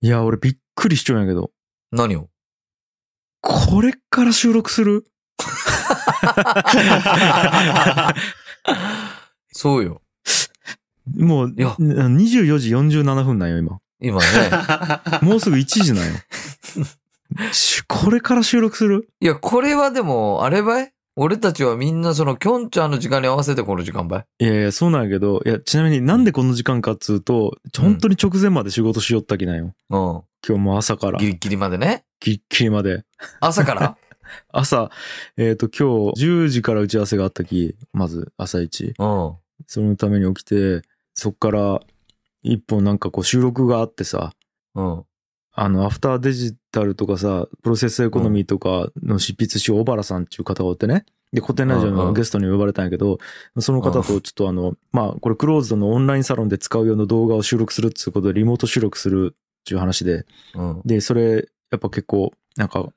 いや、俺びっくりしちゃうんやけど。何をこれから収録するそうよ。もう、いや24時47分なんよ、今。 今ね。もうすぐ1時 なんよ。しこれから収録するいや、これはでも、あればい俺たちはみんなその、きょんちゃんの時間に合わせてこの時間ばいいやいや、そうなんやけど、いや、ちなみになんでこの時間かっつうと、ちょ本当に直前まで仕事しよったきなんよ。うん。今日も朝から、ギぎっリギリまでね。きりまで。朝から 朝、えっ、と、今日10時から打ち合わせがあったき、まず朝一。うん。そのために起きて、そっから、一本なんかこう収録があってさ、うん。あの、アフターデジタルとかさ、プロセスエコノミーとかの執筆師、小原さんっていう方がおってね。で、古典ラジオうんうのんゲストに呼ばれたんやけど、その方とちょっとあの、まあ、これクローズドのオンラインサロンで使う用の動画を収録するっていうことで、リモート収録するっていう話で、うん。で、それ、やっぱ結構、なんか、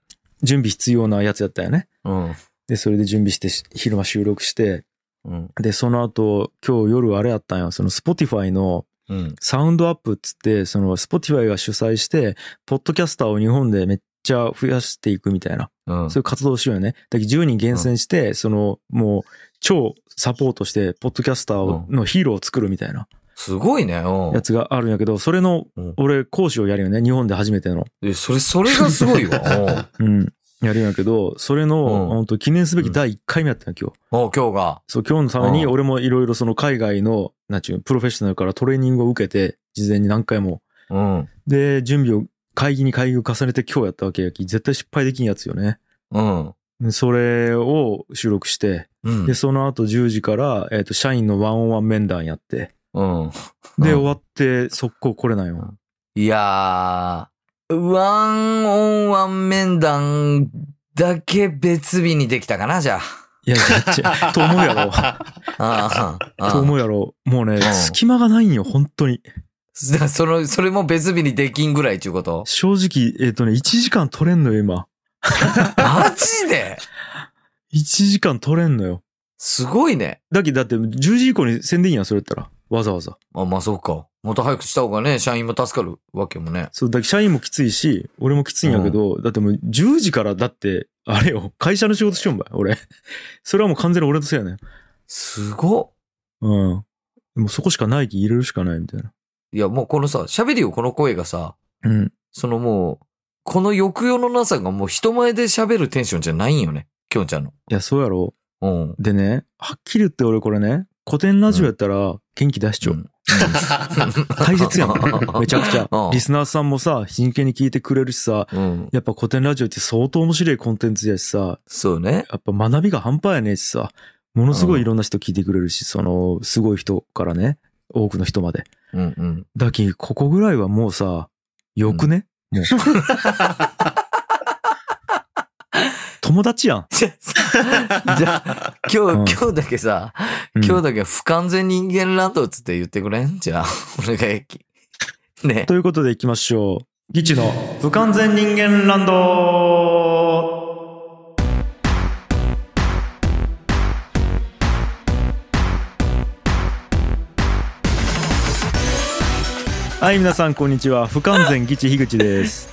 準備必要なやつやったよね。うん。で、それで準備してし、昼間収録して、うん。で、その後、今日夜あれやったんよ。その、スポティファイの、うん。サウンドアップっつって、その Spotify が主催して、ポッドキャスターを日本でめっちゃ増やしていくみたいな、うん。そういう活動をしようよね。だけど10人厳選して、そのもう超サポートして、ポッドキャスターをのヒーローを作るみたいなすごいね。うやん。つがあるんやけど、それのうん俺講師をやるよね。日本で初めての。え、それ、それがすごい わ。うん。うん。やるんやけど、それうんの、本当記念すべき第1回目やったの今日。お今日が。そう、今日のためにうん俺もいろいろその海外の、なんちゅうの、プロフェッショナルからトレーニングを受けて、事前に何回もうん。で、準備を、会議に会議を重ねて今日やったわけやき、絶対失敗できんやつよね。うん。それを収録して、うんで、。その後10時から、えっ、と、社員のワンオンワン面談やって、うん。で、うん終わって、速攻来れないよ。いやー、ワンオンワン面談だけ別日にできたかな、じゃいや、めっち ゃ、と思うやろ。あ。あと思う。うやろ。もうね、ん隙間がないんよ、本当に。だその、それも別日にできんぐらいちゅうこと正直、えっ、とね、1時間取れんのよ、今。マジで1時間取れんのよ。すごいね。だけど、だって、10時以降に宣伝やん、それやったら。わざわざ。あ、まあそうか。もっと早くした方がね、社員も助かるわけもね。そう、だけど社員もきついし、俺もきついんやけど、だってもう10時からだって、あれよ、会社の仕事しよんばい、俺。 それはもう完全に俺のせいやね。すごっ。うん。でもそこしかないき入れるしかないみたいな。いや、もうこのさ、喋りよ、この声がさ、うん。そのもう、この抑揚のなさがもう人前で喋るテンションじゃないんよね。きょんちゃんの。いや、そうやろ。うん。でね、はっきり言って俺これね、古典ラジオやったら元気出しちゃう。うん大切やん。めちゃくちゃうん。リスナーさんもさ、真剣に聞いてくれるしさ、うん。やっぱ古典ラジオって相当面白いコンテンツやしさ、そうね。やっぱ学びが半端やねえしさ、ものすごいいろんな人聞いてくれるし、その、すごい人からね、多くの人まで。うんうん。だき、ここぐらいはもうさ、よくね、も う。友達やん。じゃあ、じゃあう今ん日、今日だけさ、うん今日だけ不完全人間ランドっつって言ってくれんじゃあ、 お願い。ね。 ということで行きましょう。ギチの不完全人間ランドはい、皆さん、こんにちは。不完全ギチ樋口 です。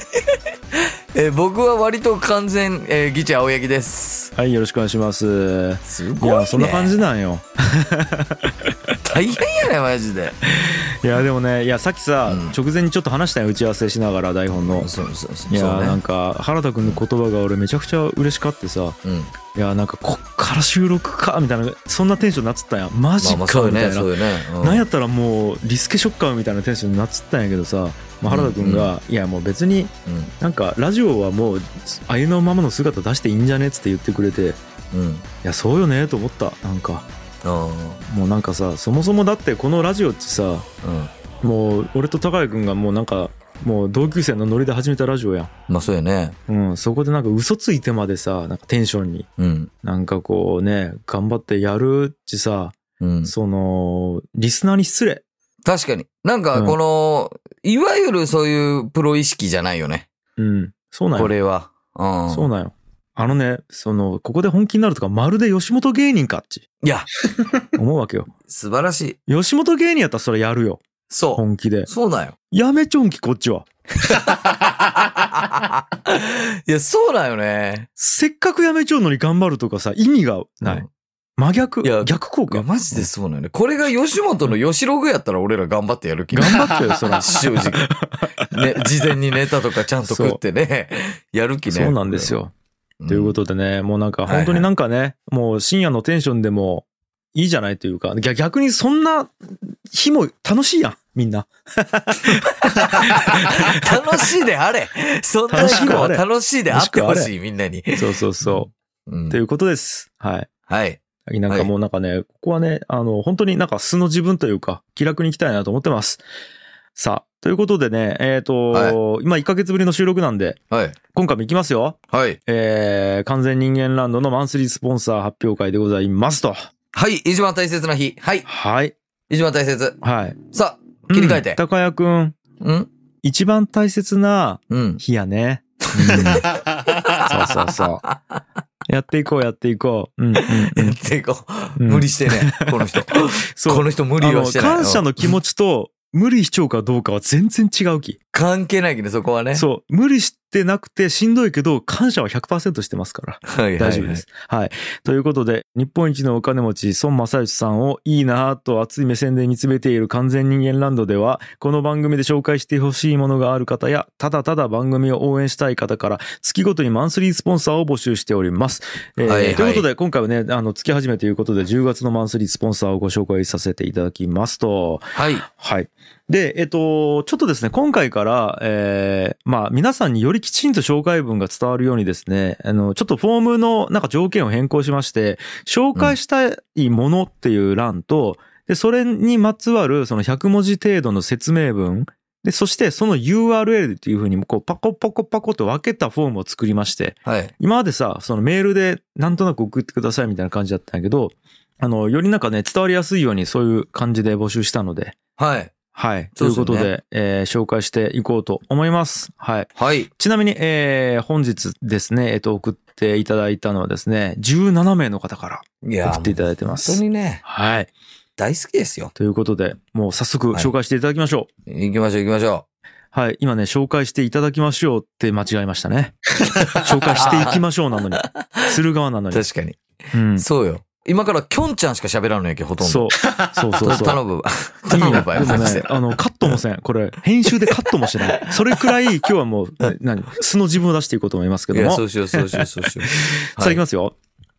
えー僕は割と完全、えー、ギチ青柳です。はい、よろしくお願いします。すいごい、ね。や、そんな感じなんよ。大変やね、マジで。いや、でもね、いや、さっきさ、うん直前にちょっと話したよ、打ち合わせしながら、台本の。そうそうそう。いやそうーなんね。か原田君の言葉が俺めちゃくちゃ嬉しかってさうん。いやーなんかこっから収録かみたいなそんなテンションになっつったんやマまジあまかあ、そうよみたね、いな、そうよね。うんなんやったらもうリスケショッカーみたいなテンションになっつったんやけどさ、まあ、原田君が、いやもう別になんかラジオはもうありのままの姿出していいんじゃねっつって言ってくれていうん。うん。やそうよねと思ったなんかあもうなんかさそもそもだってこのラジオってさあ。うん。もう俺と高谷君がもうなんかもう同級生のノリで始めたラジオやんまあ、そうよね。うん、そこでなんか嘘ついてまでさ、なんかテンションに、うん。なんかこうね、頑張ってやるってさ、うん。その、リスナーに失礼。確かに。なんか、この、いわゆるそういうプロ意識じゃないよね。うん、そうなんこよ。れは。うん。そうなんよ。あのね、その、ここで本気になるとか、まるで吉本芸人かっ ち、いや、思うわけよ。素晴らしい。吉本芸人やったらそれやるよ。そ本気でう。。そうだよ。 やめちょんき、こっちは。いや、そうだよね。せっかくやめちゃうのに頑張るとかさ、意味がない。うん真逆いや逆効いや、果。マジでそうなのよね。これが吉本の吉ログやったら俺ら頑張ってやる気頑張 ったよ、そら。正直。 ね、事前にネタとかちゃんと食ってね、やる気ね。そうなんですよ。うん。ということでね、もうなんか本当になんかね、もう深夜のテンションでもいいじゃないというか、逆逆にそんな日も楽しいやん、みん な。 楽しいであれそんな楽し日くもあれ楽しいであってほしい、みんなに。そうそうそうう。んということです。はい。はい。なんかもうなんかね、ここはね、あの、本当になんか素の自分というか、気楽に行きたいなと思ってます。さあ、ということでね、えっ、と、今1ヶ月ぶりの収録なんで、はい。今回も行きますよ。はい。えー、完全人間ランドのマンスリースポンサー発表会でございますと。はい。一番大切な日。はい。はい。一番大切。はい。さあ、切り替えうんて。高谷くん、うん一番大切な うん。日やね。そうそうそう。やっていこう、やっていこう。 うん、うんうやん。っていこう。うん無理してね、この人。 そ こう。の人無あ理の、はしてない。感謝の気持ちと、無理しちゃうかどうかは全然違うき。関係ないけど、そこはね。そう。無理してなくてしんどいけど、感謝は100%してますから。はいはいはい大丈夫です。。はい。ということで、日本一のお金持ち、孫正義さんをいいなぁと熱い目線で見つめている完全人間ランドでは、この番組で紹介してほしいものがある方や、ただただ番組を応援したい方から、月ごとにマンスリースポンサーを募集しております。えーはいはいということで、今回はね、あの、月始めということで、10月のマンスリースポンサーをご紹介させていただきますと、はい。はい。で、えっと、ちょっとですね、今回から、えー、まあ、皆さんによりきちんと紹介文が伝わるようにですね、あの、ちょっとフォームのなんか条件を変更しまして、紹介したいものっていう欄と、で、それにまつわるその100文字程度の説明文、で、そしてその URL っていうふうに、こう、パコパコパコと分けたフォームを作りまして、はい。今までさ、そのメールでなんとなく送ってくださいみたいな感じだったんやけど、あの、よりなんかね、伝わりやすいようにそういう感じで募集したので、はい。はい。とそういでうすよこねとで、えー紹介していこうと思います。はい。はい。ちなみに、えー本日ですね、えっ、と、送っていただいたのはですね、17名の方かいらや、送ってい本ただいてま当す。にね、はい。大好きですよ。ということで、もう早速はい紹介していただきましょ行きましょう行きましょう。はい。今ね、紹介していただきましょうって間違えました ね。紹介していきましょうなのに。する側なのう。に。確かに。うん。そそうよ。今からきょんちゃんしか喋らんのやけ、ほう。とんど。そうそうそうそう。頼むわ。いい頼ねむわよ、でもマジねで、。あの、カットもせん。これ、編集でカットもしない。それくらい、今日はも う、ね何、素の自分を出していこうと思いますけいども。や、そうしよう、そう しよう、そうしよう。さあ、いきはますよ。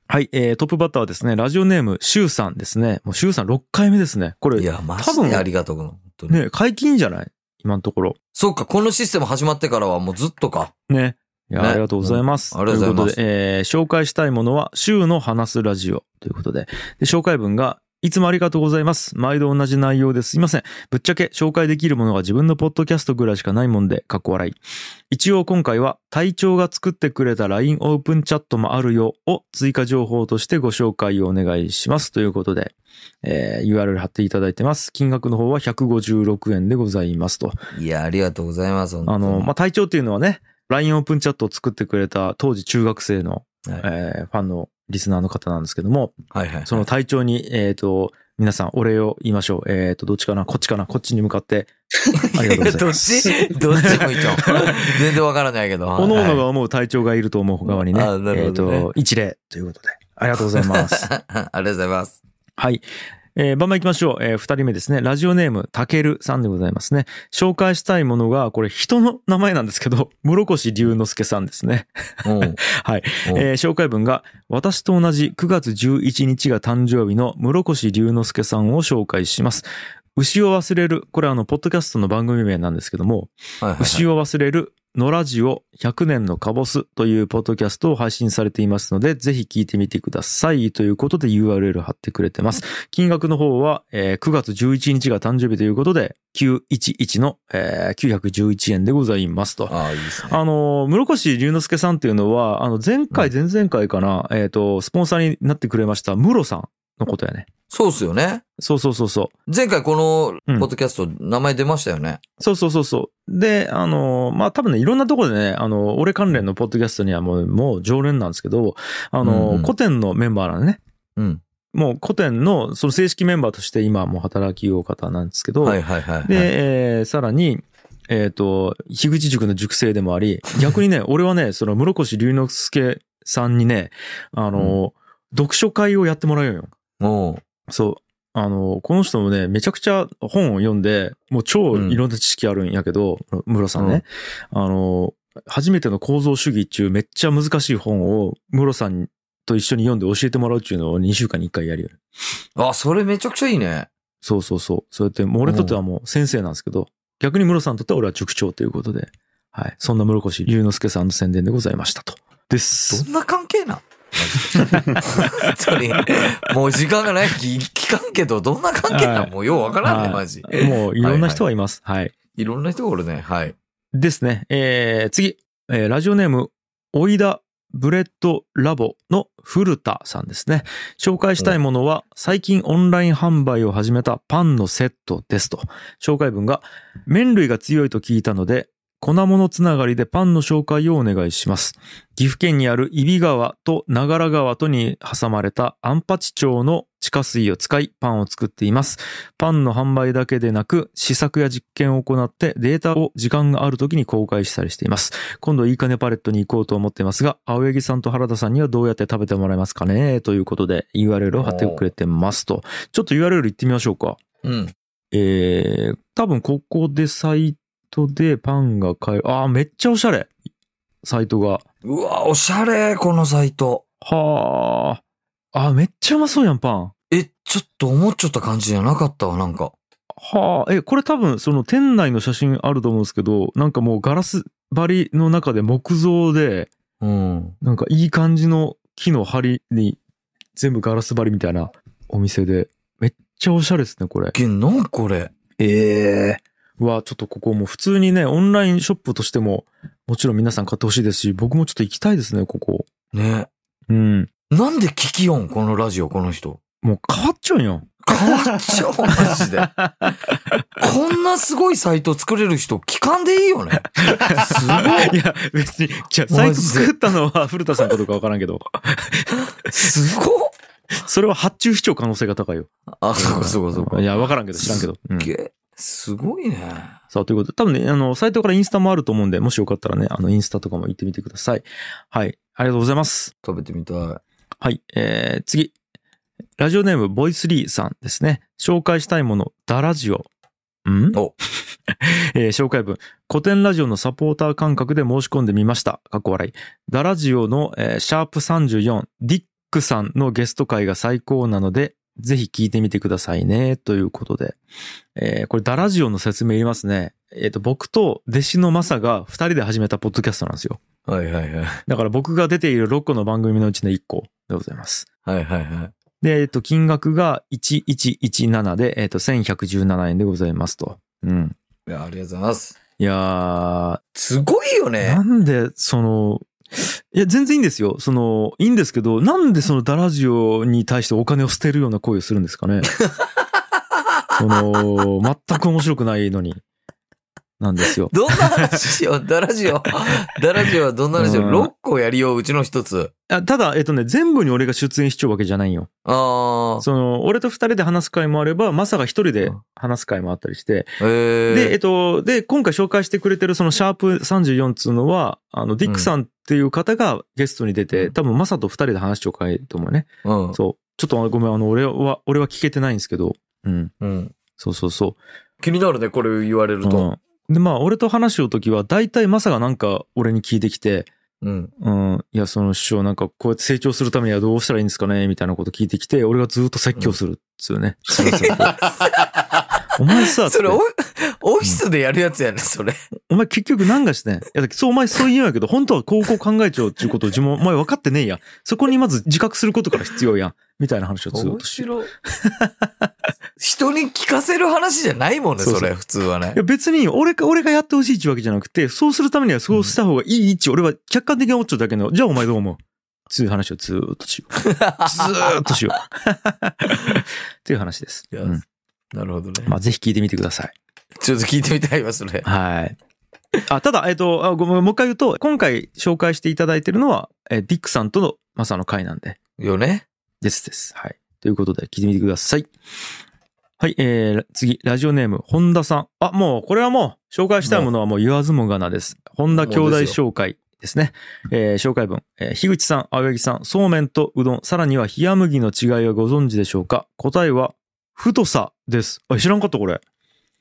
はい、えー、トップバッターはですね、ラジオネーム、シュウさんですね。もう、シュウさん6回目ですね。こいいれ、や、マジ多で分ありがとう、本当に。ね、解禁じゃない今のところ。そっか、このシステム始まってからはもうずっとか。ね。いや、ねありがとうございます。うんありがとうございますということで、えー、紹介したいものは、シュウの話すラジオということで、で紹介文が、いつもありがとうございます。毎度同じ内容ですいません。ぶっちゃけ紹介できるものが自分のポッドキャストぐらいしかないもんで、かっこ笑い。一応今回は、隊長が作ってくれた LINE オープンチャットもあるよを追加情報としてご紹介をお願いします。ということで、えー URL 貼っていただいてます。金額の方は156円でございますと。いや、ありがとうございます、本当あにの、まあ、隊長っていうのはね、LINE オープンチャットを作ってくれた当時中学生の、はいえーファンのリスナーの方なんですけども、はいはい。その隊長に、えっ、と、皆さんお礼を言いましょう。えっ、と、どっちかなこっちかなこっちに向か って、ありがとうございどまっちす。 どっち向いちゃう 全然わからないけ ど。おのおのはが思う隊長がいると思う側にね、あなえるっ、ほどねと、一礼ということで、ありがとうござい ます。いありがとうございます。はい。えー、番前行きましょう。えー、二人目ですね。ラジオネーム、たけるさんでございますね。紹介したいものが、これ人の名前なんですけど、室越龍之介さんですね。うん。はいうん。えー紹介文が、私と同じ9月11日が誕生日の室越龍之介さんを紹介します。牛を忘れる、これあの、ポッドキャストの番組名なんですけども、はいはいはい牛を忘れる、野ラジオ100年のカボスというポッドキャストを配信されていますので、ぜひ聞いてみてください。ということで URL 貼ってくれてます。金額の方は、えー9月11日が誕生日ということで、911の、えー911円でございますと。ああ、いいですね。あの、室越龍之介さんっていうのは、あの、前回、前々回かな、えっ、と、スポンサーになってくれました、室さんのことやね。そうっすよね。そうそうそうそう。前回こうのんポッドキャスト、名前出ましたよね。そうそうそうそう。で、あの、まあ、多分ね、いろんなところでね、あの、俺関連のポッドキャストにはもう、もう常連なんですけど、あの、うんうん古典のメンバーなんでね。うん。もう古典の、その正式メンバーとして今はもう働きよう方なんですけど、はいはいはいはい。で、えーさらに、ええっ、と、樋口塾の塾生でもあ り、逆にね、俺はね、その、室越龍之介さんにね、あの、読書会をやってもらうよ。おうそう。あの、この人もね、めちゃくちゃ本を読んで、もう超いろんな知識あるんやけど、室さんね、あの、初めての構造主義っていうめっちゃ難しい本を、室さんと一緒に読んで教えてもらうっていうのを2週間に1回やるよ。あ、それめちゃくちゃいいね。そうそうそう。そうやって、もう俺にとってはもう先生なんですけど、逆に室さんにとっては俺は塾長ということで、はい。そんな室越龍之介さんの宣伝でございましたと。です。どんな関係なん マジで本当に。もう時間がない。き聞かんけど、どんな関係なはいんもうようわからんね、はいマジ。もういろんな人はいます。はい。いろんな人がおるね。はい。ですね。えー、次、えーラジオネーム、おいだブレッドラボの古田さんですね。紹介したいものは、最近オンライン販売を始めたパンのセットですと。紹介文が、麺類が強いと聞いたので、粉物つながりでパンの紹介をお願いします。岐阜県にある揖斐川と長良川とに挟まれたアンパチ町の地下水を使いパンを作っています。パンの販売だけでなく、試作や実験を行ってデータを時間がある時に公開したりしています。今度いいかねパレットに行こうと思ってますが、青柳さんと原田さんにはどうやって食べてもらえますかねということで URL を貼ってくれてますと。ちょっと URL 行ってみましょうか。うん。えー、多分ここでサイトでパンが買える。あー、めっちゃおしゃれ。サイトが。うわ、おしゃれ、このサイト。はあ。あー、めっちゃうまそうやん、パン。え、ちょっと思っちゃった感じじゃなかったわ、なんか。はあ、え、これ多分その店内の写真あると思うんですけど、なんかもうガラス張りの中で木造で、うん。なんかいい感じの木の梁に全部ガラス張りみたいなお店で、めっちゃおしゃれですね、これ。げ、なんこれ。ええわ、ちょっとここもう普通にね、オンラインショップとしても、もちろん皆さん買ってほしいですし、僕もちょっと行きたいですね、ここ。ね。うん。なんで聞きよん、このラジオ、この人。もう変わっちゃうんよ。変わっちゃ う、マジで。こんなすごいサイト作れる人、聞かんでいいよね。すごい。いや、別に、じゃあサイト作ったのは古田さんかどうかわからんけ ど、すごっそれは発注しちゃう可能性が高いよ。あ、そうかそうかそうか。いや、わからんけど、知らんけど。うんげすごいね。さあ、ということで、多分ね、あの、サイトからインスタもあると思うんで、もしよかったらね、あの、インスタとかも行ってみてください。はい。ありがとうございます。食べてみたい。はい、えー、次。ラジオネーム、ボイスリーさんですね。紹介したいもの、ダラジオ。んお えー紹介文。古典ラジオのサポーター感覚で申し込んでみました。過去笑い。ダラジオの、えーシャープ34、ディックさんのゲスト会が最高なので、ぜひ聞いてみてくださいね。ということで。えーこれ、ダラジオの説明いりますね。えっ、と、僕と弟子のマサが二人で始めたポッドキャストなんですよ。はいはいはい。だから僕が出ている6個の番組のうちの1個でございます。はいはいはい。で、えっと、金額が1117で、えっと、1117円でございますと。うん。いや、ありがとうございます。いやすごいよー、ねな。んで、その、いや、全然いいんですよ。その、いいんですけど、なんでそのダラジオに対してお金を捨てるような行為をするんですかね。その、全く面白くないのに。なんですよ。どんな話しよう、ダラジオ。ダラジオはどんな話しようう。ん6個やりよう、うちの一つ。あただ、えっとね、全部に俺が出演しちゃうわけじゃないよ。あその、俺と二人で話す回もあれば、マサが一人で話す回もあったりして、あ。で、ええっと、で、今回紹介してくれてるそのシャープ34っつうのは、あの、ディックさんっていう方がゲストに出て、うん多分マサと二人で話しちゃおうかいと思うね。え。うん。そう。ちょっとごめん、あの、俺は、俺は聞けてないんですけど、うん。うん。そうそうそ気になるね、これ言われう。ると。うんで、まあ、俺と話しようときは、大体マサがなんか俺に聞いてきて、うん。うん、いや、その師匠なんかこうやって成長するためにはどうしたらいいんですかねみたいなこと聞いてきて、俺がずっと説教するっつうね。すいません お前さ、それ、つ オってオフィスでやるやつやね、それ。お前結局何がしてんいや、だけどそう、お前そう言うんやけど、本当は高校考えちゃうっていうことを自分、お前分かってねえやん。そこにまず自覚することから必要やん。みたいな話をずっ面として。い白い。 人に聞かせる話じゃないもんね、そうそうそれ、普通はねや、。別に俺か、俺がやってほしいってわけじゃなくて、そうするためにはそうした方がいい位置、俺は客観的に思っちゃうだけの、じゃあお前どう思うつう話をずーっとしよ う。ずーっとしよう。っていう話です。いやうんなるほどね。まあ、ぜひ聞いてみてください。ちょっと聞いてみたいわ、それ。はい。あ、ただ、えっ、と、あごめんもう一回言うと、今回紹介していただいてるのは、えーディックさんとのマサの会なんで。よね。ですです。はい。ということで、聞いてみてください。はい、えー、次、ラジオネーム、本田さん。あ、もう、これはもう、紹介したいものはもう言わずもがなです。本田兄弟紹介ですね。えー紹介文。えー樋口さん、青柳さん、そうめんとうどん、さらには冷麦の違いはご存知でしょうか答えは、太さです。あ、知らんかったこれ。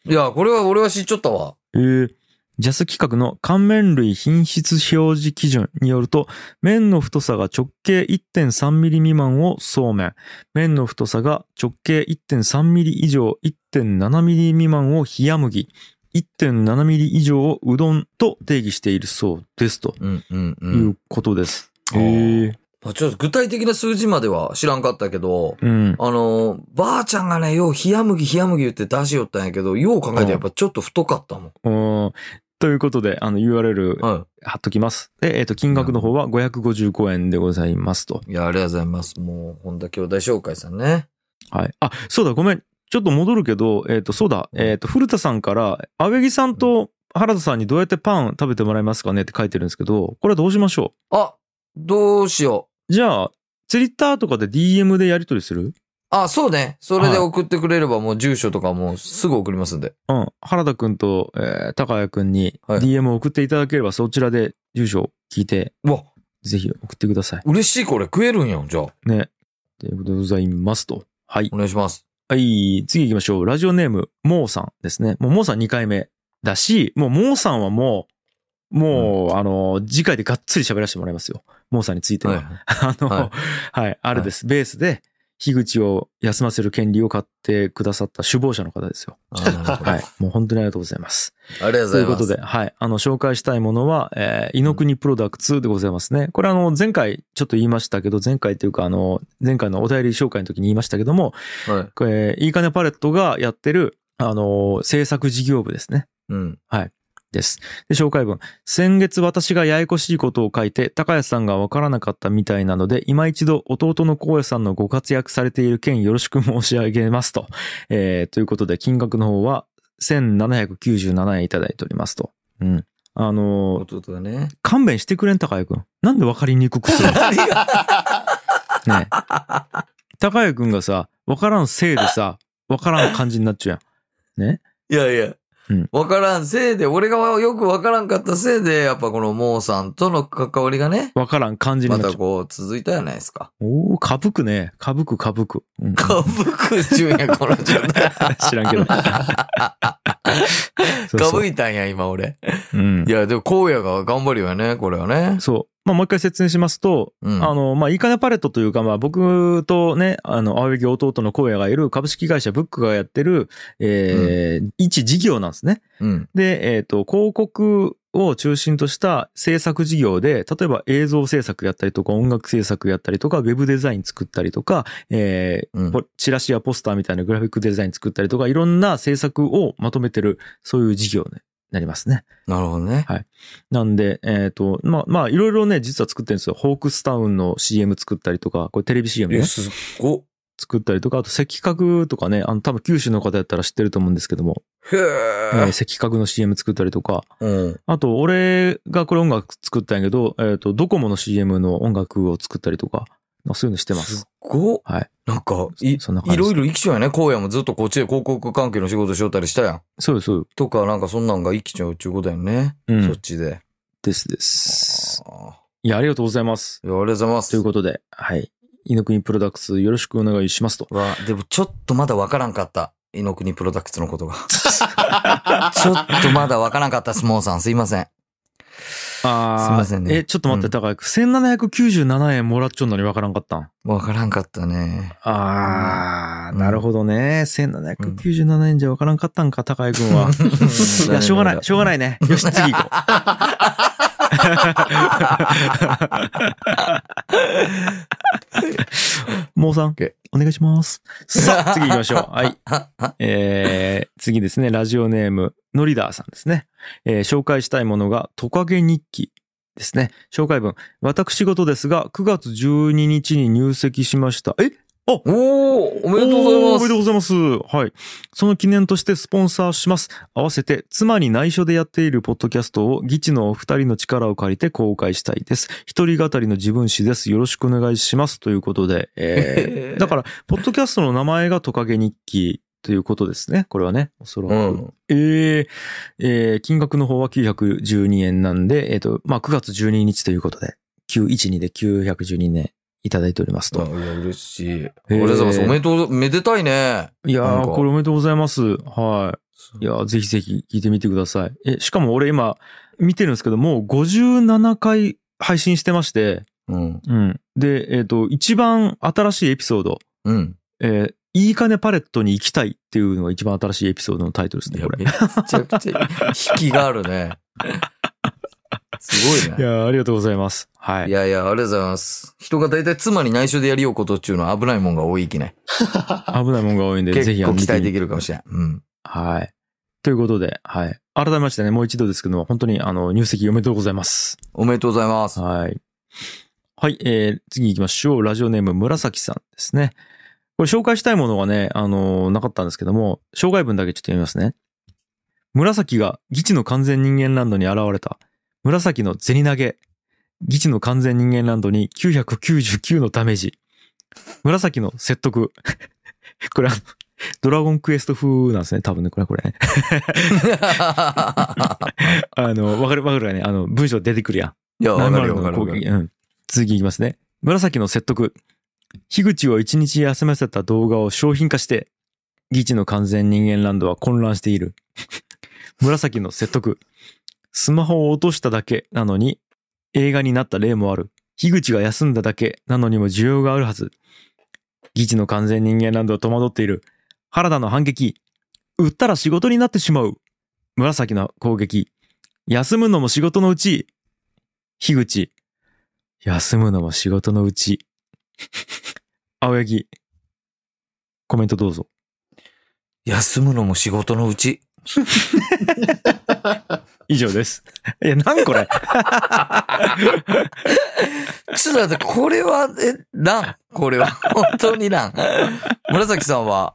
いや、これは俺は知っちゃったわ。えージャス企画の乾麺類品質表示基準によると、麺の太さが直径1.3ミリ未満をそうめん、麺の太さが直径1.3ミリ以上1.7ミリ未満を冷麦、1.7ミリ以上をうどんと定義しているそうですとうんうんういん。うことです。うんへーまあちょっと具体的な数字までは知らんかったけど、うん。あの、ばあちゃんがね、よう、冷麦冷麦言って出しよったんやけど、よう考えてやっぱちょっと太かったもん。うんということで、あの URL は貼っときます。で、えっ、と、金額の方は555円でございますと。い。いや、ありがとうございます。もう、本田兄弟紹介さんね。はい。あ、そうだ、ごめん。ちょっと戻るけど、えっ、と、そうだ、えっ、と、古田さんから、青柳さんと原田さんにどうやってパン食べてもらえますかねって書いてるんですけど、これはどうしましょあ、どうしようう。じゃあ、ツイッターとかで DM でやり取りするあ、そうね。それはでい送ってくれればもう住所とかもうすぐ送りますんで。うん。原田くんと、えー高谷くんにはい DM を送っていただければ、そちらで住所を聞いて、うわ、ぜひ送ってください。嬉しいこれ食えるんやん、じゃあ。ね。ということでございますと。はい。お願いします。はい、次行きましょう。ラジオネーム、モーさんですね。もう、モーさん2回目だし、もう、モーさんはもう、もう、あの、次回でがっつり喋らせてもらいますよ。モーさんについては。はい。 あの、は、はいあれです。ベースで、樋口を休ませる権利を買ってくださった首謀者の方ですよ。あなる ほどはい。もう本当にありがとうございます。ありがとうごとざいいうこます。とで、はい。あの、紹介したいものは、えー、猪国プロダクツでございますね。これあの、前回ちょっと言いましたけど、前回というか、あの、前回のお便り紹介の時に言いましたけども、はい。えーいいかねパレットがやってる、あのー制作事業部ですね。うん。です。で、紹介文。先月私がややこしいことを書いて、高谷さんがわからなかったみたいなので、今一度弟の高野さんのご活躍されている件よろしく申し上げますと。えーということで、金額の方は1797円いただいておりますと。うん。あのー弟だね。勘弁してくれん、高谷くん。なんでわかりにくく するのありがねえ。高谷くんがさ、わからんせいでさ、わからん感じになっちゃうやん。ね。いやいやうん。わからんせいで、俺がよくわからんかったせいで、やっぱこのモーさんとの関わりがね、わからん感じにまなったちゃう。こう続いたじゃないです か。おお、かぶくね。かぶくかぶく。うん歌舞伎中や、この状 態。 知らんけど。そうかそう ぶいたんや、今俺。うんいや、でも、荒野が頑張るよね、これはね。そう。まあ、もう一回説明しますと、うん。あの、まあ、いいかねパレットというか、まあ、僕とね、あの、青柳弟の荒野がいる株式会社ブックがやってる、えー一事業なんですね。うん。で、えっ、と、広告を中心とした制作事業で、例えば映像制作やったりとか、音楽制作やったりとか、ウェブデザイン作ったりとか、えーうんポチラシやポスターみたいなグラフィックデザイン作ったりとか、いろんな制作をまとめてる、そういう事業になりますね。なるほどね。なんで、えっ、と、まあ、まあ、いろいろね、実は作ってるんですよ。ホークスタウンの CM 作ったりとか、これテレビ CM ねえ、。すっご。作ったりとか、あと赤角とかね、あの、多分九州の方やったら知ってると思うんですけども、へえーえ。赤角の CM 作ったりとか、うん。あと、俺がこれ音楽作ったんやけど、えっ、と、ドコモの CM の音楽を作ったりとか、そういうのしてますすっ。ご。はい。なんか、い、いそんな感じですろいろ生きちゃうよね。荒野もずっとこっちで広告関係の仕事しよったりしたやん。そうです、そうでとか、なんかそんなんが生きちゃうっていうことやんね。す。うそっん。ちで。ですであす。ーいや、ありがとうございます。いやありがとうございます。ということで、はい。猪国プロダクツよろしくお願いしますと。わでもちょっとまだわからんかった。猪国プロダクツのことが。 ちょっとまだわからんかった、スモーさん。すいません。あーすいませんねえ、ちょっと待って、うん高井君。1797円もらっちょんのにわからんかったん。わからんかったね。あー、うんなるほどね。1797円じゃわからんかったんか、高井君は。いや、しょうがない、しょうがないね。 よし、次行こう。もうさん OK、お願いします。さあ、次行きましょう。はい。 えー、次ですね、ラジオネーム、ノリダーさんですね。えー紹介したいものが、トカゲ日記ですね。紹介文。私事ですが、9月12日に入籍しました。えおーおめでとうおごーおめでとざいうまございます。はい。その記念としてスポンサーします。合わせて、妻に内緒でやっているポッドキャストを、議地のお二人の力を借りて公開したいです。一人語りの自分史です。よろしくお願いします。ということで、えー す。だから、ポッドキャストの名前がトカゲ日記ということですね。これはね。おそらく。うん。えーえー金額の方は912円なんで、えっ、と、まあ、9月12日ということで、912で912円いただいておりますと。いや、嬉しい。ありがとうございます。おめでとう、めでたいね。いやなんー、かこれおめでとうございます。はい。いやー、ぜひぜひ聞いてみてください。え、しかも俺今、見てるんですけど、もう57回配信してまして、うん。うん。で、えっ、と、一番新しいエピソード、うん。えーいいかねパレットに行きたいっていうのが一番新しいエピソードのタイトルですいね、やこ、れ。めちゃくちゃ、引きがあるね。すごいいね。やーありがとうございます。はいい。やいや、ありがとうございます。人が大体妻に内緒でやりようことっていうのは危ないもんが多いきね。危ないもんが多いんで、結ぜひあ構の期待見てみてできるかもしれん。うん。はい。ということで、はい。改めましてね、もう一度ですけども、本当にあの、入籍おめでとうございます。おめでとうございます。はい。はい、えー、次行きましょう。ラジオネーム、紫さんですね。これ紹介したいものがね、あのーなかったんですけども、紹介文だけちょっと読みますね。紫が義地の完全人間ランドに現れた。紫の銭投げ。義地の完全人間ランドに999のダメージ。紫の説得。 これあの、ドラゴンクエスト風なんですね。多分ね、これこれね。あの、わかるわかるかね。あの、文章出てくるやん。 いや、わかる何よ、わもあかのるよわか攻撃るよ。うん。続きいきますね。紫の説得。樋口を一日休ませた動画を商品化して、義地の完全人間ランドは混乱している。紫の説得。スマホを落としただけなのに映画になった例もある。樋口が休んだだけなのにも需要があるはず。義地の完全人間ランドは戸惑っている。原田の反撃。売ったら仕事になってしまう。紫の攻撃。休むのも仕事のうち。樋口。休むのも仕事のうち。青柳。コメントどうぞ。休むのも仕事のうち。以上 です。いや、なんこれ。ちょっと待って、これは、え、なん これは。本当になん。紫さんは、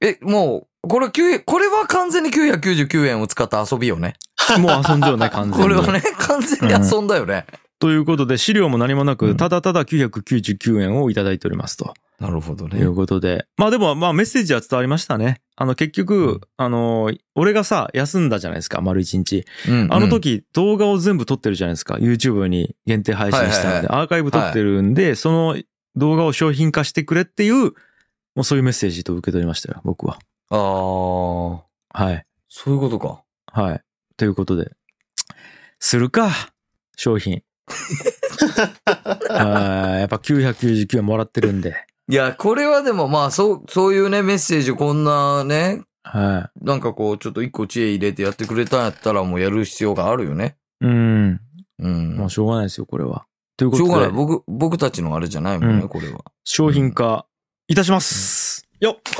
え、もう、これは9、これは完全に999円を使った遊びよね。 もう遊んじゃうね、完全に。これはね、完全に遊んだよね。ということで、資料も何もなうく、んただただ999円をいただいておりますと。なるほどという。ことで。まあでも、まあメッセージは伝わりましたね。あの、結うん局、あの、俺がさ、休んだじゃないですか、丸一日。うんあの、時、動画を全部撮ってるじゃないですか。YouTube に限定配信したはいのはいで、アーカイブ撮ってるんで、その動画を商品化してくれっていう、もうそういうメッセージと受け取りましたよ、僕は。うんああ、はい。そういうことか。はい。ということで。するか、商 品。あーやっぱ999円もらってるんで。いや、これはでもまあ、そう、そういうね、メッセージをこんなね、はなんかこう、ちょっと一個知恵入れてやってくれたんやったらもうやる必要があるよね。い。うん。うん。もうしょうがないですよ、これは。というこしょとうがない。で、僕、僕たちのあれじゃないもんね、うんこれは。商品化いたします。よっ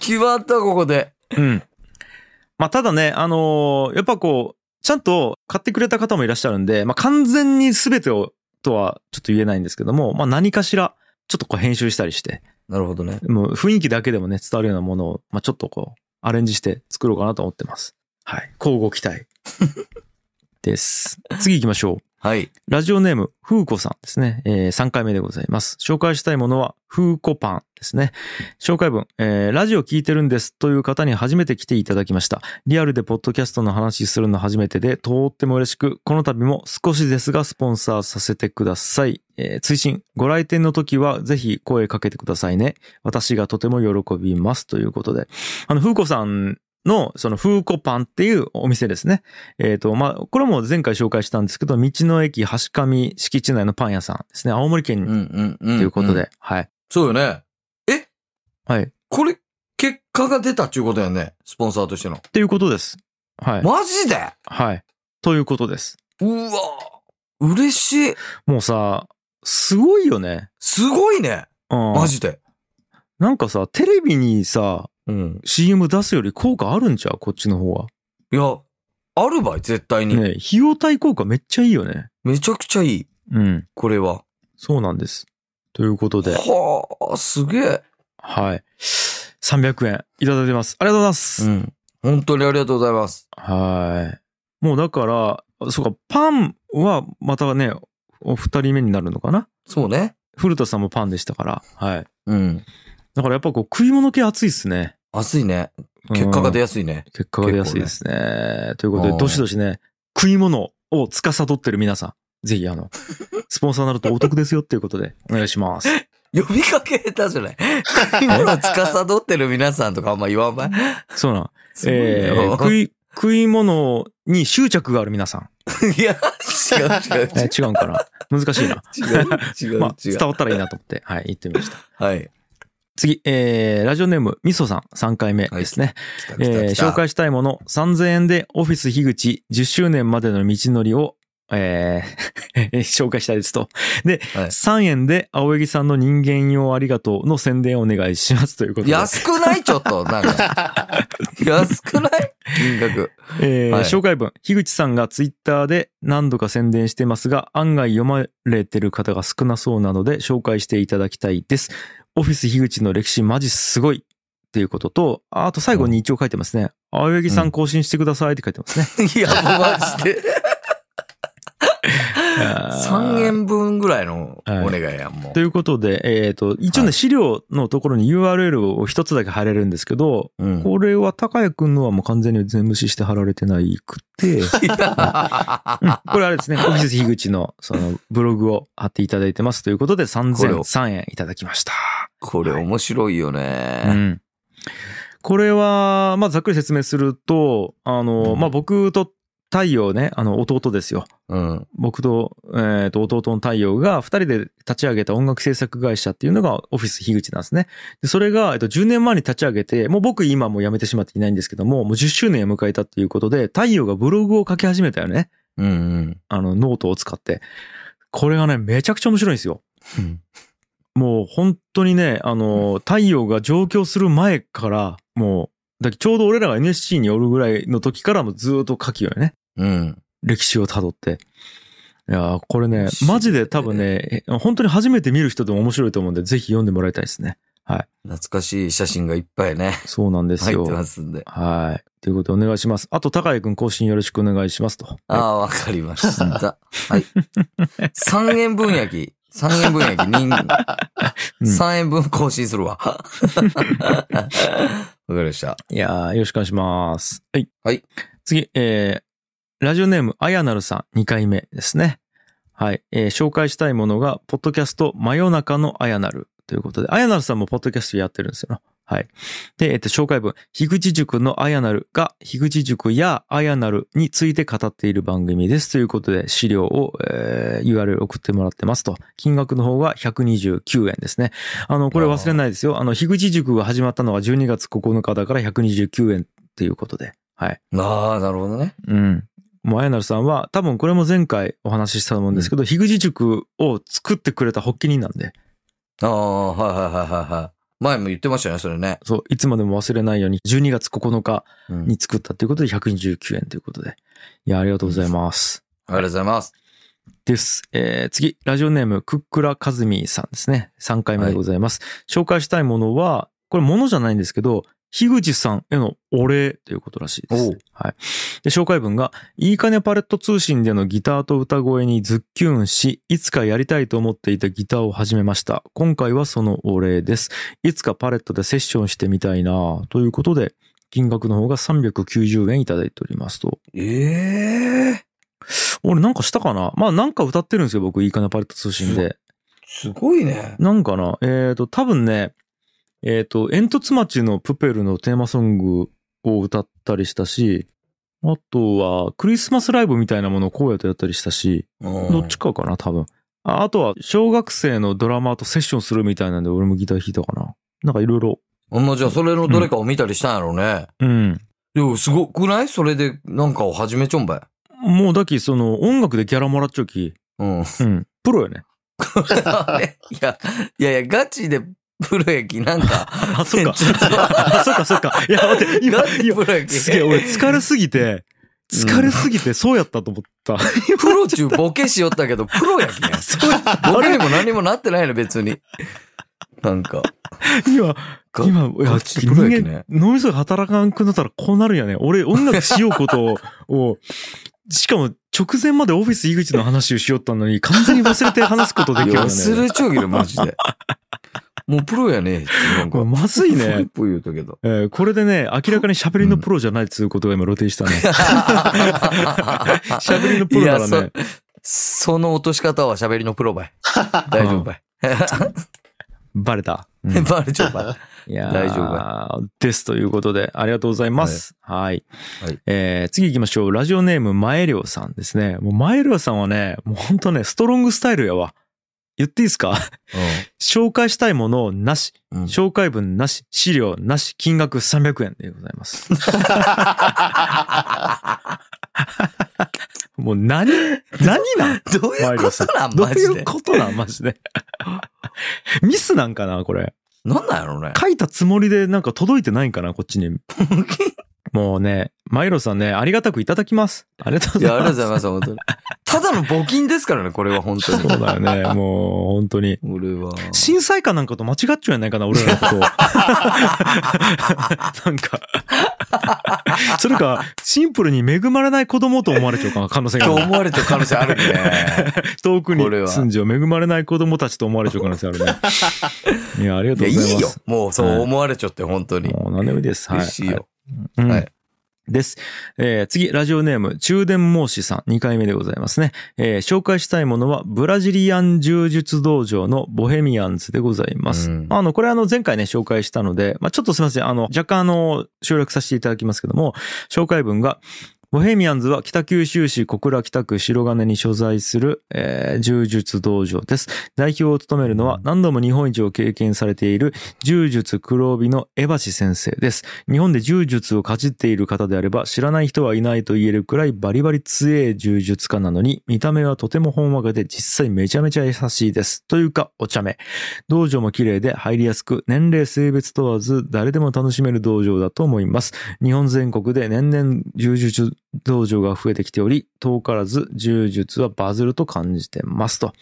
決まった、ここで。うん。まあ、ただね、あのーやっぱこう、ちゃんと買ってくれた方もいらっしゃるんで、まあ、完全に全てを、とはちょっと言えないんですけども、まあ、何かしら、ちょっとこう編集したりして、なるほどね。もう雰囲気だけでもね、伝わるようなものを、まあ、ちょっとこう、アレンジして作ろうかなと思ってます。はい。交互期待。 です。次行きましょう。はい。ラジオネーム、ふうこさんですね。えー3回目でございます。紹介したいものは、ふうこパンですね。紹介文、えーラジオ聞いてるんですという方に初めて来ていただきました。リアルでポッドキャストの話するの初めてで、とっても嬉しく、この度も少しですがスポンサーさせてください。えー追伸、ご来店の時はぜひ声かけてくださいね。私がとても喜びます。ということで。あの、ふうこさんの、その、ふうこパンっていうお店ですね。えっ、と、まあ、これも前回紹介したんですけど、道の駅橋上敷地内のパン屋さんですね。青森県うんにうんうん。ということで、ん。はい。そうよね。えはい。これ、結果が出たっていうことやね。スポンサーとしての。っていうことです。はい。マジではい。ということです。うわ嬉しい。もうさ、すごいよね。すごいね。うん。マジで。なんかさ、テレビにさ、うん。 CM 出すより効果あるんちゃうこっちの方は。いや、あるばい、絶対に。ね費用対効果めっちゃいいよね。めちゃくちゃいい。うん。これは。そうなんです。ということで、はあ、すげえ。はい。300円いただいてます。ありがとうございます。うん。本当にありがとうございます。はい。もうだから、そうか、パンはまたね、お二人目になるのかなそうね。古田さんもパンでしたから。はい。うん。だからやっぱこう食い物系熱いっすね。安いね。結果が出うんやすいね。結果が出やすいですね。ということうで、んどしどしね、食い物を司ってる皆さん、ぜひ あの、スポンサーになるとお得ですよっていうことで、お願いします。呼びかけたじ ゃない。今の司ってる皆さんとかあんま言わんばい。そうなん。 すごいえーよ。食い、食い物に執着がある皆さん。いや、違う違うえー違うんかな難しいな。 違う。違う違 う。まあ、伝わったらいいなと思って、はい、言ってみました。はい。次、えー、ラジオネーム、みそさん、3回目ですね。来たえ来たー来た紹介したいもの、3000円でオフィス樋口10周年までの道のりを、えー 紹介したいですと。で、はい3円で青柳さんの人間用ありがとうの宣伝をお願いしますということで。安くないちょっと。なんか。 安くない金額。えーはい紹介文。樋口さんがツイッターで何度か宣伝してますが、案外読まれてる方が少なそうなので、紹介していただきたいです。オフィス樋口の歴史マジすごいっていうことと、ああと最後に一応書いてますね。青柳さん更新してくださいって書いて ますね。いや、もうマジで。3あー円分ぐらいのお願いやん、もということで、えっ、と、一応ね、はい資料のところに URL を一つだけ貼れるんですけど、う。うんこれは高谷くんのはもう完全に全無視して貼られてないく て、これあれですね、オフィス樋口のそのブログを貼っていただいてますということでこれを3003円いただきました。これ面白いようね。ん。これは、まあざっくり説明すると、あの、うんまあ僕と太陽ね、あの弟ですよ。うん。僕と、えーと、弟の太陽が二人で立ち上げた音楽制作会社っていうのがオフィス樋口なんですね。で、それが、えっと、10年前に立ち上げて、もう僕今もう辞めてしまっていないんですけども、もう10周年を迎えたっていうことで、太陽がブログを書き始めたよね。うんうん。あの、ノートを使って。これがね、めちゃくちゃ面白いんですよ。うんもう本当にね、あの、太陽が上京する前から、もう、だちょうど俺らが NSC におるぐらいの時からもずーっと書きよね。うん。歴史をたどって。いやーこれね面、白いマジで多分ね、え本当に初めて見る人でも面白いと思うんで、ぜひ読んでもらいたいですね。懐かしい写真がいっぱいね、そうなんです入よ。ってますんで。はい。ということでお願いします。あと、高谷くん更新よろしくお願いしますと。ああ、わかりました。はい。3円分焼き。3円分焼き。人 うん3円分更新す るわ。わかりました。いやーよろしくお願いします。はい。はい。次、えー、ラジオネーム、あやなるさん、2回目ですね。はい。えー、紹介したいものが、ポッドキャスト、真夜中のあやなるということで、あやなるさんもポッドキャストやってるんですよ。はい。で、えっと、紹介文、樋口塾のあやなるが、樋口塾やあやなるについて語っている番組です。ということで、資料を、えー、URL 送ってもらってますと。金額の方が129円ですね。あの、これ忘れないですよ。あの、樋口塾が始まったのは12月9日だから129円ということで。はい。ああ、なるほどね。うん。もう、あやなるさんは、多分これも前回お話ししたと思うんですけど、樋口塾を作ってくれた発起人なんで、ああ、はいはいはいはいはい。前も言ってましたね、それね。そう、いつまでも忘れないように、12月9日、うんありに作ったということで129円ということで。いや、ありがとうございます。がとうございます。です。えー次、ラジオネーム、クックラカズミさんですね。3回目でございます。紹介したいものは、これものじゃないんですけど、樋口さんへのお礼ということらしいでおすう。はい。で、紹介文が、いいかねパレット通信でのギターと歌声にズッキュンし、いつかやりたいと思っていたギターを始めました。今回はそのお礼です。いつかパレットでセッションしてみたいなということで、金額の方が390円いただいておりますと。ええ俺なんかしたかなまあなんか歌ってるんですよ、僕、いいかなパレット通信で。すごいね。なんかなえー、と、多分ね、えー、と、煙突町のプペルのテーマソングを歌ったりしたし、あとは、クリスマスライブみたいなものを荒野とやったりしたし、どどっちかかな、多分。ああとは、小学生のドラマーとセッションするみたいなんで、俺もギター弾いたかな。なんかいろいろ。まあじゃあそれのどれかを見たりしたんやろうね。うん。でもすごくないそれでなんかを始めちょんばい。もうだき、その、音楽でギャラもらっちゃうき。うん。い うん。プロよね。や、いやいや、ガチでプロ野球なんか。あ、そっか。ちょっとあ、 そっか、そっか。いや、待って、今ガ、チプロ野球。すげえ、俺疲れすぎて、うん疲れすぎてそうやったと思 った。プロ中ボケしよったけど、プロ野球やん。そうやったボケにも何にもなってないの、別に。なんか。今、が今、いや、ガチプロ野球人間ね、脳みそが働かんくなったらこうなるんやね。俺、音楽しようことをを、 しかも直前までオフィス井口の話をしよったのに、完全に忘れて話すことできるようになる忘よねれちょうぎる、マジで。もうプロやね。なんこれ、かまずいフリね ッ。プ言うたけど。えーこれでね、明らかに喋りのプロじゃないっつうことが今露呈したね。 喋りのプロならいやね。そその落とし方は喋りのプロばい。大丈夫ばい。バレた。うんバレちゃうばい。いやー大丈ですということで、ありがとうございます。はい。はいえー次行きましょう。ラジオネーム、前良さんですね。もう前良さんはね、もうほんとね、ストロングスタイルやわ。言っていいですか 紹介したいものをなし、うんうん紹介文なし、資料なし、金額300円でございます。 もう何何 なん どういうことなんどうマジいうで。ことなんマジで。 ミスなんかなこれ。なんなんや ろうね。書いたつもりでなんか届いてないんかなこっち に。もうね、マイロさんね、ありがたくいただきます。ありがとうごいざいや、ありまがす。とうございます、本当に。ただの募金ですからね、これは本当に。そうだよ ね、もう本当に。俺は。震災かなんかと間違っちゃうんやないか な、俺らのことを。なんか。それか、シンプルに恵まれない子供と思われちゃうかな、可能性がとある。思われてる可能性ある ね。遠くにこれは住んじゃう恵まれない子供たちと思われちゃう可能性ある ね。いや、ありがいとや、ういございいまよす。。もうそう思われちゃって、本当に。もう何でもいいです。はい。嬉しいよ。うんはいです。えー次、ラジオネーム、中電孟子さん、2回目でございますね。えー紹介したいものは、ブラジリアン柔術道場のボヘミアンズでございます。うんあの、これあの、前回ね、紹介したので、まあ、ちょっとすいません、あの、若干あの、省略させていただきますけども、紹介文が、ボヘミアンズは北九州市小倉北区白金に所在する、えー柔術道場です。代表を務めるのは何度も日本一を経験されている柔術黒帯の江橋先生です。日本で柔術をかじっている方であれば知らない人はいないと言えるくらいバリバリ強い柔術家なのに見た目はとてもほんわかで実際めちゃめちゃ優しいです。というかお茶目。道場も綺麗で入りやすく年齢性別問わず誰でも楽しめる道場だと思います。日本全国で年々柔術道場が増えてきており遠からず柔術はバズると感じてますと。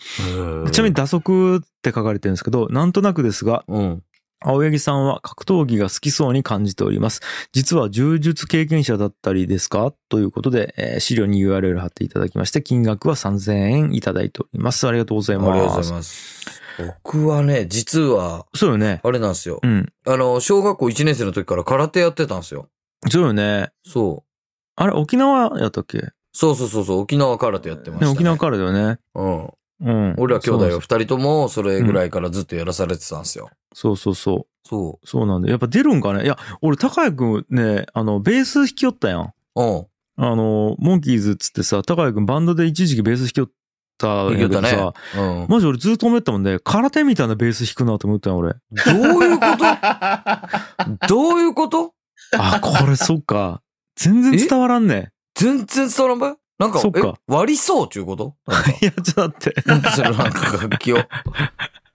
ちなみに打足って書かれてるんですけど、なんとなくですが、に、うん。青柳さんは格闘技が好きそうに感じております。実は柔術経験者だったりですかということで、えー資料に URL 貼っていただきまして、金額は3000円いただいております。ありがとうございあます。りがとうございます。僕はね、実は、そうよね。あれなんですよう。ん。あの、小学校1年生の時から空手やってたんですよ。そうよね。そう。あれ、沖縄やったっけ、ね、そうそうそうそう、沖縄空手やってました、ね。沖縄からだよね。うん。うん。俺ら兄弟はよ二人とも、それぐらいからずっとやらされてたんですよ。そうそうそう。そそうなんだよ。やっぱ出るんかねいや、俺、高谷くんね、あの、ベース弾きよったやん。う。うん。あの、モンキーズっつってさ、高谷くんバンドで一時期ベース弾きよったんやけどさ、弾きようん。マジ俺ずっと思ったもんね、空手みたいなベース弾くなと思ったよ俺。どういうこと どういうこと あ、これそっか。全然伝わらんね。全然伝わらんばいなんかそっかえ、割りそうちゅうこといや、ちょっと待って。なんかそのなんか楽器を。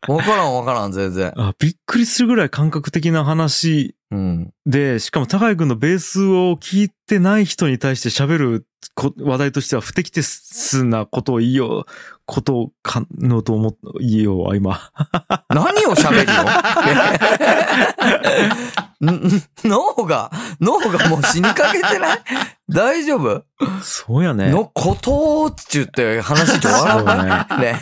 わからんわからん、全然。あ、びっくりするぐらい感覚的な話うん。で、しかも高井くんのベースを聞いてない人に対して喋るこ話題としては不適切なことを言いよう、ことかのと思っ、言いようわ、今。何を喋るよん 脳が、脳がもう死にかけてない大丈夫そうやね。のことっちゅって話終わらんばいね。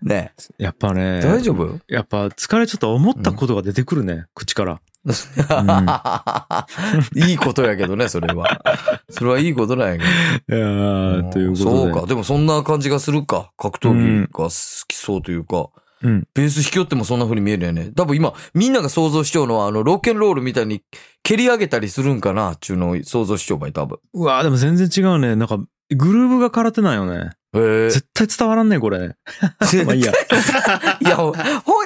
ね。やっぱね、大丈夫やっぱ疲れちょっと思ったことが出てくるね、口から。 いいことやけどね、それは。それはいいことなんやけど。いやーということで。そうか。でもそんな感じがするか。格闘技が好きそうというか。うんベース引き寄ってもそんな風に見えるよね。多分今、みんなが想像しちゃうのは、あの、ロッケンロールみたいに蹴り上げたりするんかな、ちゅうのを想像しちゃうばい、多分。うわーでも全然違うね。なんか、グルーブが空手なんよね。へえ。絶対伝わらんね、これ。まあいいや。 いや、本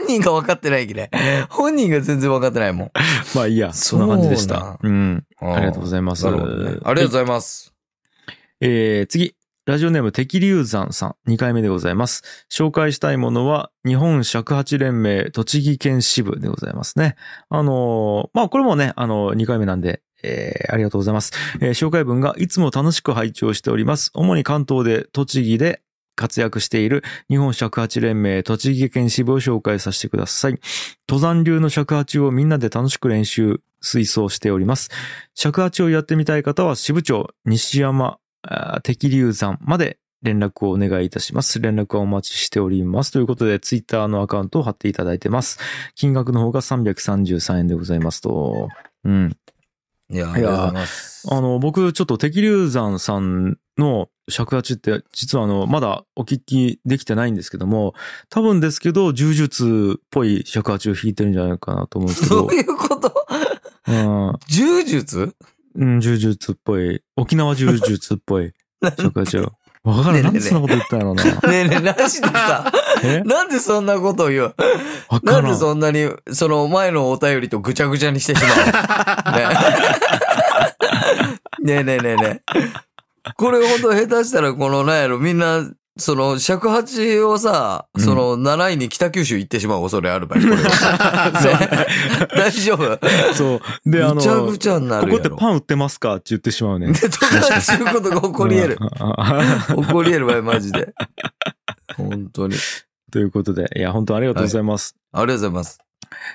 人が分かってないきね。本人が全然分かってないもん。まあいいや。そんな感じでした。うん。ありがとうございざいます。なるほどね。ありがとうございます。えー次。ラジオネーム、敵龍山さん、2回目でございます。紹介したいものは、日本尺八連盟栃木県支部でございますね。あのーまあ、これもね、あのー、2回目なんで、えーありがとうございます。えー紹介文が、いつも楽しく拝聴しております。主に関東で、栃木で、活躍している日本尺八連盟栃木県支部を紹介させてください。登山流の尺八をみんなで楽しく練習、推奏しております。尺八をやってみたい方は支部長、西山、あー敵流山まで連絡をお願いいたします。連絡はお待ちしております。ということで、ツイッターのアカウントを貼っていただいてます。金額の方が333円でございますと。うん。いや、ありがとうございます。あの、僕、ちょっと敵龍山さんの尺八って、実はあの、まだお聞きできてないんですけども、多分ですけど、柔術っぽい尺八を弾いてるんじゃないかなと思うんですけどどう、いうことうん柔術うん、柔術っぽい。沖縄柔術っぽい尺八を。わからん。なんでそんなこと言ったんやろうな。ねえねえ、なしでさ、え なんでそんなことを言うわかなんらでん。そんなに、その前のお便りとぐちゃぐちゃにしてしまう のねえ。 ねえねえねえねえ。これほんと下手したらこのなんやろ、みんな、その尺八をさ、うんその習いに北九州行ってしまう恐れある場合、こ れはね大丈夫そう。で、あぐちゃの、ぐちゃになこるこやってろ。パン売ってますかって言ってしまうね。で、とかっていうことが起こり得るう。ん。ああ起こり得るわよ、マジで。本当に。 ということで、いや、本当ありがとうございます。ありがとうございます。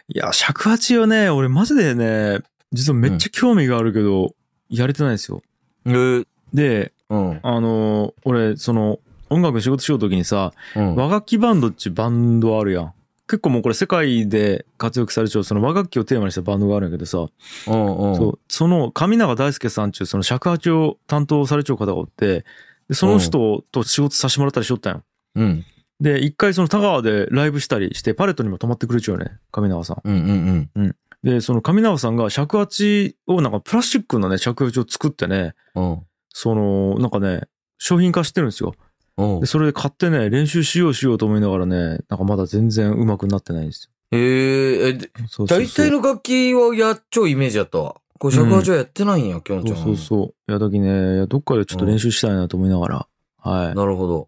い、や、尺八をね、俺マジでね、実はめっちゃ興味があるけど、やれてないんですよ。えーで、うん。あの、俺、その、音楽の仕事しようときにさ、うん。和楽器バンドっちバンドあるやん。結構もうこれ世界で活躍されちゃうその和楽器をテーマにしたバンドがあるんやけどさ、うん。そうその上永大輔さんっちゅうその尺八を担当されちゃう方がおってでその人と仕事させてもらったりしよったんよ。うん。で一回その田川でライブしたりしてパレットにも泊まってくれちゃうよね上永さん。うん。うん。うん。でその上永さんが尺八をなんかプラスチックのね尺八を作ってねうん。そのなんかね商品化してるんですよ。うんで。それで買ってね練習しようしようと思いながらねなんかまだ全然上手くなってないんですよ。えー、え、でそうそうそう大体の楽器はやっちゃうイメージやったわ。これ尺八はやってないんや、きょんちそゃ。うんそうそう。いやだきねいやどっかでちょっと練習したいなと思いながら、はい。なるほど。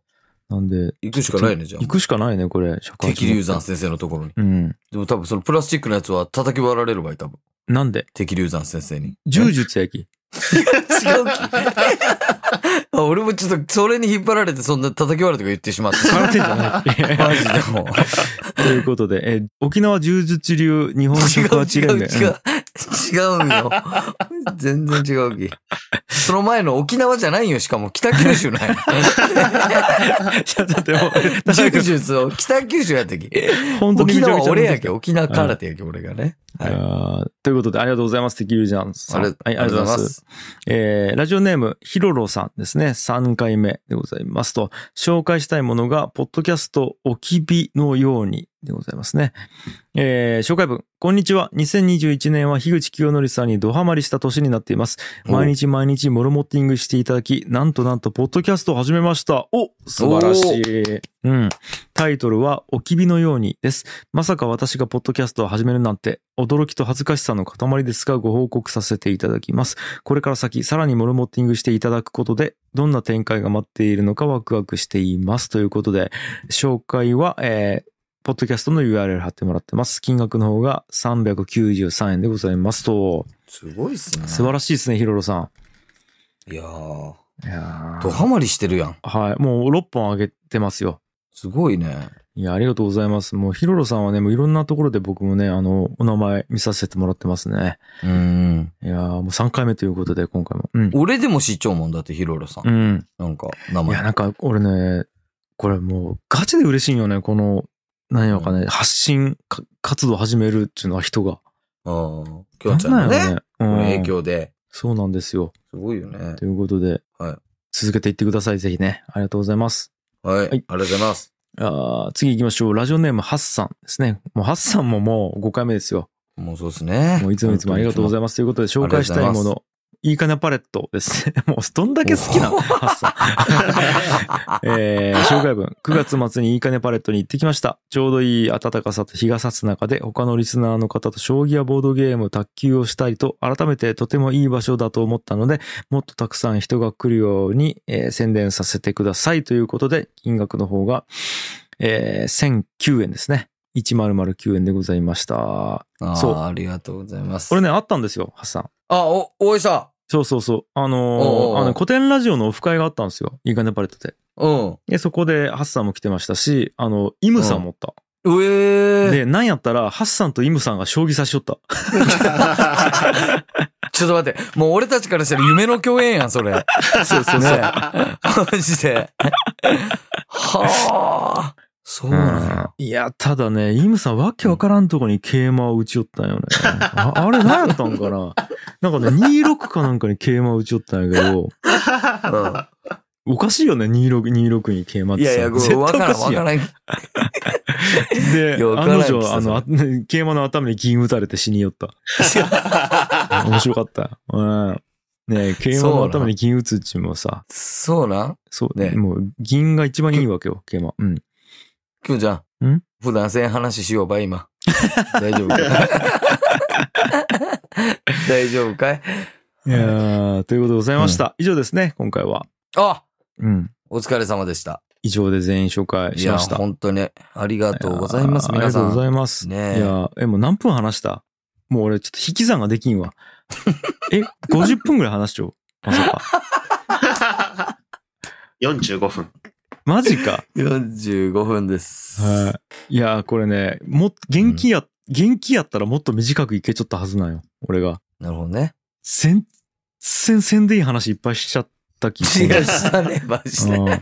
なんで行くしかないね、じゃあ行。くしかないね、これ。尺八敵流山先生のところに。うん。でも多分そのプラスチックのやつは叩き割られる場合多分。なんで敵流山先生に。柔術やき。違う気あ 俺もちょっとそれに引っ張られてそんな叩き割るとか言ってしまった。空手じゃない。 マジでもう。ということで、え、沖縄柔術流日本違尺う八違連う盟。 違う。違うんよ。全然違うき。その前の沖縄じゃないよ、しかも北九州なんよ。うん。ちょっとでも、柔術を北九州やったき。本当に沖めちゃ縄くちゃ俺や難しけ、い。沖縄空手やけ、俺がね。はい。ああーということで、ありがとうございます。敵流ジャンさん。れはい、ありがとうございます。。えーラジオネーム、ひろろさんですね。3回目でございますと、紹介したいものが、ポッドキャスト、おきびのようにでございますね。えー紹介文、こんにちは。2021年は樋口清則さんにドハマりした年になっています。毎日毎日モルモッティングしていただき、なんとなんと、ポッドキャストを始めました。お素晴らしい。うん。タイトルは、おきびのようにです。まさか私がポッドキャストを始めるなんて、驚きと恥ずかしさの塊ですが、ご報告させていただきます。これから先、さらにモルモッティングしていただくことで、どんな展開が待っているのかワクワクしています。ということで、紹介は、えーポッドキャストの URL 貼ってもらってます。金額の方が393円でございますと。すごいっすね。素晴らしいですね、ヒロロさいやー、ん。いやドハマりしてるやん。はい。もう6本あげてますよ。すごいね。いや、ありがとうございます。もうヒロロさんはね、もういろんなところで僕もね、あの、お名前見させてもらってますね。うん。いやーもう3回目ということで、今回も。うん。俺でも市長もんだって、ヒロロさ。うんん。なんか、名いや、前。なんか、俺ね、これもう、ガチで嬉しいんよね、この、何やかね、発信か活動始めるっていうのは人が。うん。きょんちゃんのなんね、やろこのね影うん。響で。そうなんですよ。すごいよねと。いうことで、はい続けていってください、ぜひね。ありがとうございます。はい。あはいりがとうございます。あー次行きましょう。ラジオネーム、ハッサンですね。もう、ハッサンももう5回目ですよ。もうそうですね。もういつもいつもありがとうございます。ということで、紹介したいありがともうございの、いいかなパレットですね。 もう、どんだけ好きなのおハッサン。えー紹介文。9月末にいいかねパレットに行ってきました。ちょうどいい暖かさと日が差す中で、他のリスナーの方と将棋やボードゲーム、卓球をしたりと、改めてとてもいい場所だと思ったので、もっとたくさん人が来るように、えー宣伝させてくださいということで、金額の方が、えー1009円ですね。1009円でございました。そ。そううあーありがとうございます。これね、あったんですよ、ハッサン。あ、お、大江さそうそうそう。あのーおうおうあの古典ラジオのオフ会があったんですよ。いいかねパレットで。ん。うん。で、そこでハッサンも来てましたし、あの、イムさんもおった。えー、で、なんやったら、ハッサンとイムさんが将棋差しよった。 ちょっと待って、もう俺たちからしたら夢の共演やん、それ。そうそうねマジで。はあ。そうなんや。いや、ただね、イムさんわけわからんとこに桂馬を打ち寄ったん よね。ああれ何やったんかななんかね、26かなんかに桂馬を打ち寄ったんやけど、おかしいよね、26、26に桂馬っいてさ。やいや、こ絶対れおわからかん、しわいやかん。らん。で、いやわあからんのけど女、あの、あ桂馬の頭に銀打たれて死によ った。面白かった。うん。ね桂馬の頭に銀打つうちもさ、 そうなんそうね。ねもう、銀が一番いいわけよ、桂馬。うん。きゅんちゃん。ん普段せん話しようば、 今。大丈夫かい大丈夫かいいやーということでございました。以上ですね、今回は。あうん。お疲れ様でした。以上で全員紹介いしや、ました。本当にありがとうございます、いやー皆さありがとうごん。ざいます。ねえいやーえ、もう何分話したもう俺ちょっと引き算ができん わ。え、50分ぐらい話しちゃうまさ か。 45分。マジか。 45分です。はい。いやー、これね、もっ、元気や、元気やったらもっと短くいけちょったはずなんよ。俺が。なるほどね。全然せんでいい話いっぱいしちゃった気す違るうしたね、マジで。うん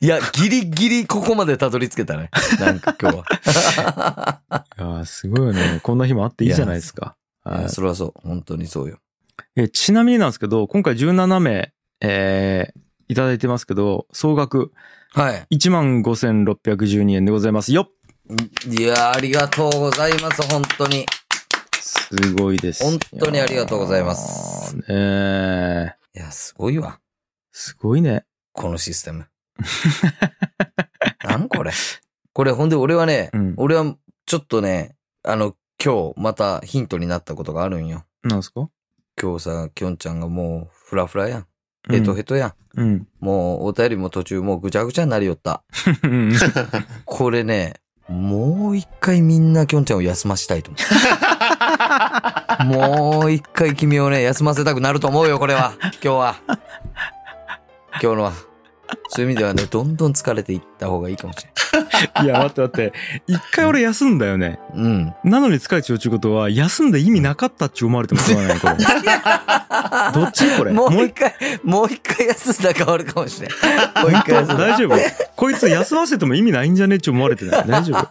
いや、ギリギリここまでたどり着けたね。なんか今日は。いやーすごいよね。こんな日もあっていいじゃないですか。いはやいそれはそう。本当にそうよ。えちなみになんですけど、今回17名、えーいただいてますけど、総額はい。 15,612円でございます。よっいや、ありがとうございます。本当に。すごいです。本当にありがとうございますいやー。ねーいや、すごいわ。すごいね。このシス テム。なんこれ。これ、ほんで俺はね、うん俺はちょっとね、あの、今日またヒントになったことがあるんよ。なんですか今日さ、きょんちゃんがもうフラフラやん。ヘトヘトやん。うん。もうお便りも途中もうぐちゃぐちゃになりよった。うん。これね、もう一回みんなきょんちゃんを休ませたいと思う。もう一回君をね、休ませたくなると思うよ、これは。今日は。今日のは。そういう意味ではね、どんどん疲れていった方がいいかもしいや、待って待って。一回俺休んだよね。れない。うん。なのに疲れちゃうちゅうことは、休んで意味なかったっちゅう思われてもしょうがない、これ。 どっちこれ。ももうう一一回、もう一回休んだら変わるかもしれない。もう一回回。休んだ。 大丈夫。こいつ休ませても意味ないんじゃねっちゅう思われてない。大丈夫。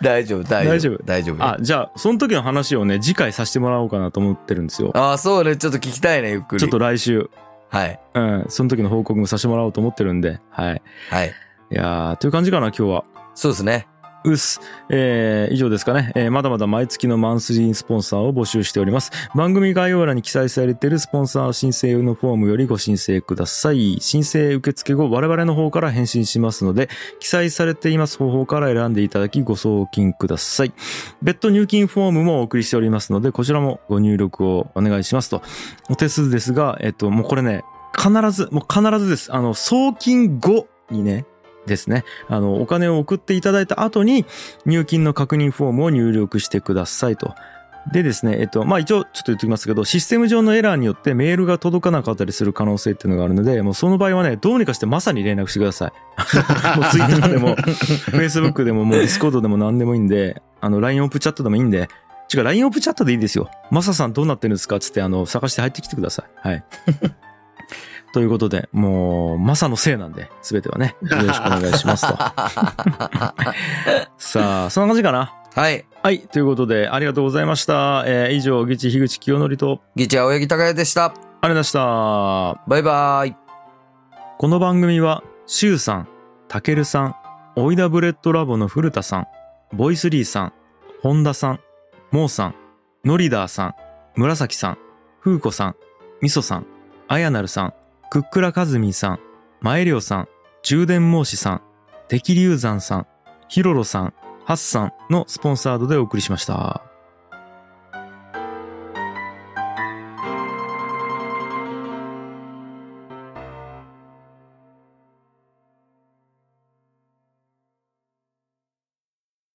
大丈夫、大丈夫。大丈夫。あ、じゃあ、その時の話をね、次回させてもらおうかなと思ってるんですよ。ああ、そうね。ちょっと聞きたいね、ゆっくり。ちょっと来週、はい。うん、その時の報告もさせてもらおうと思ってるんで、はい。はい。いやー、という感じかな、今日は。そうですね。うっす。えー、以上ですかね、えーまだまだ毎月のマンスリースポンサーを募集しております。番組概要欄に記載されているスポンサー申請のフォームよりご申請ください。申請受付後、我々の方から返信しますので、記載されています方法から選んでいただきご送金ください。別途入金フォームもお送りしておりますので、こちらもご入力をお願いしますと。お手数ですが、えっと、もうこれね、必ず、もう必ずです。あの、送金後にね、ですね。あの、お金を送っていただいた後に、入金の確認フォームを入力してくださいと。でですね、えっと、まあ一応ちょっと言っておきますけど、システム上のエラーによってメールが届かなかったりする可能性っていうのがあるので、もうその場合はね、どうにかしてまさに連絡してください。 もうツイッターでも、フェイスブックでも、もうディスコードでも何でもいいんで、あの、LINE オープンチャットでもいいんで、違う、LINE オープンチャットでいいですよ。マサさんどうなってるんですかつって、あの、探して入ってきてください。はい。ということで、もう、マサのせいなんで、すべてはね、よろしくお願いします と。さあ、そんな感じかな。はい。はい、ということで、ありがとうございました。えー以上、ギチ、樋口清則と、ギチ青柳高也でした。ありがとうございました。バイバイ。この番組は、シュウさん、タケルさん、オイダブレッドラボの古田さん、ボイスリーさん、ホンダさん、モーさん、ノリダーさん、紫さん、フーコさん、ミソさん、アヤナルさん、クックラカズミーさん、マエリョウさん、充電申しさん、敵龍山さん、ヒロロさん、ハッサンのスポンサードでお送りしました。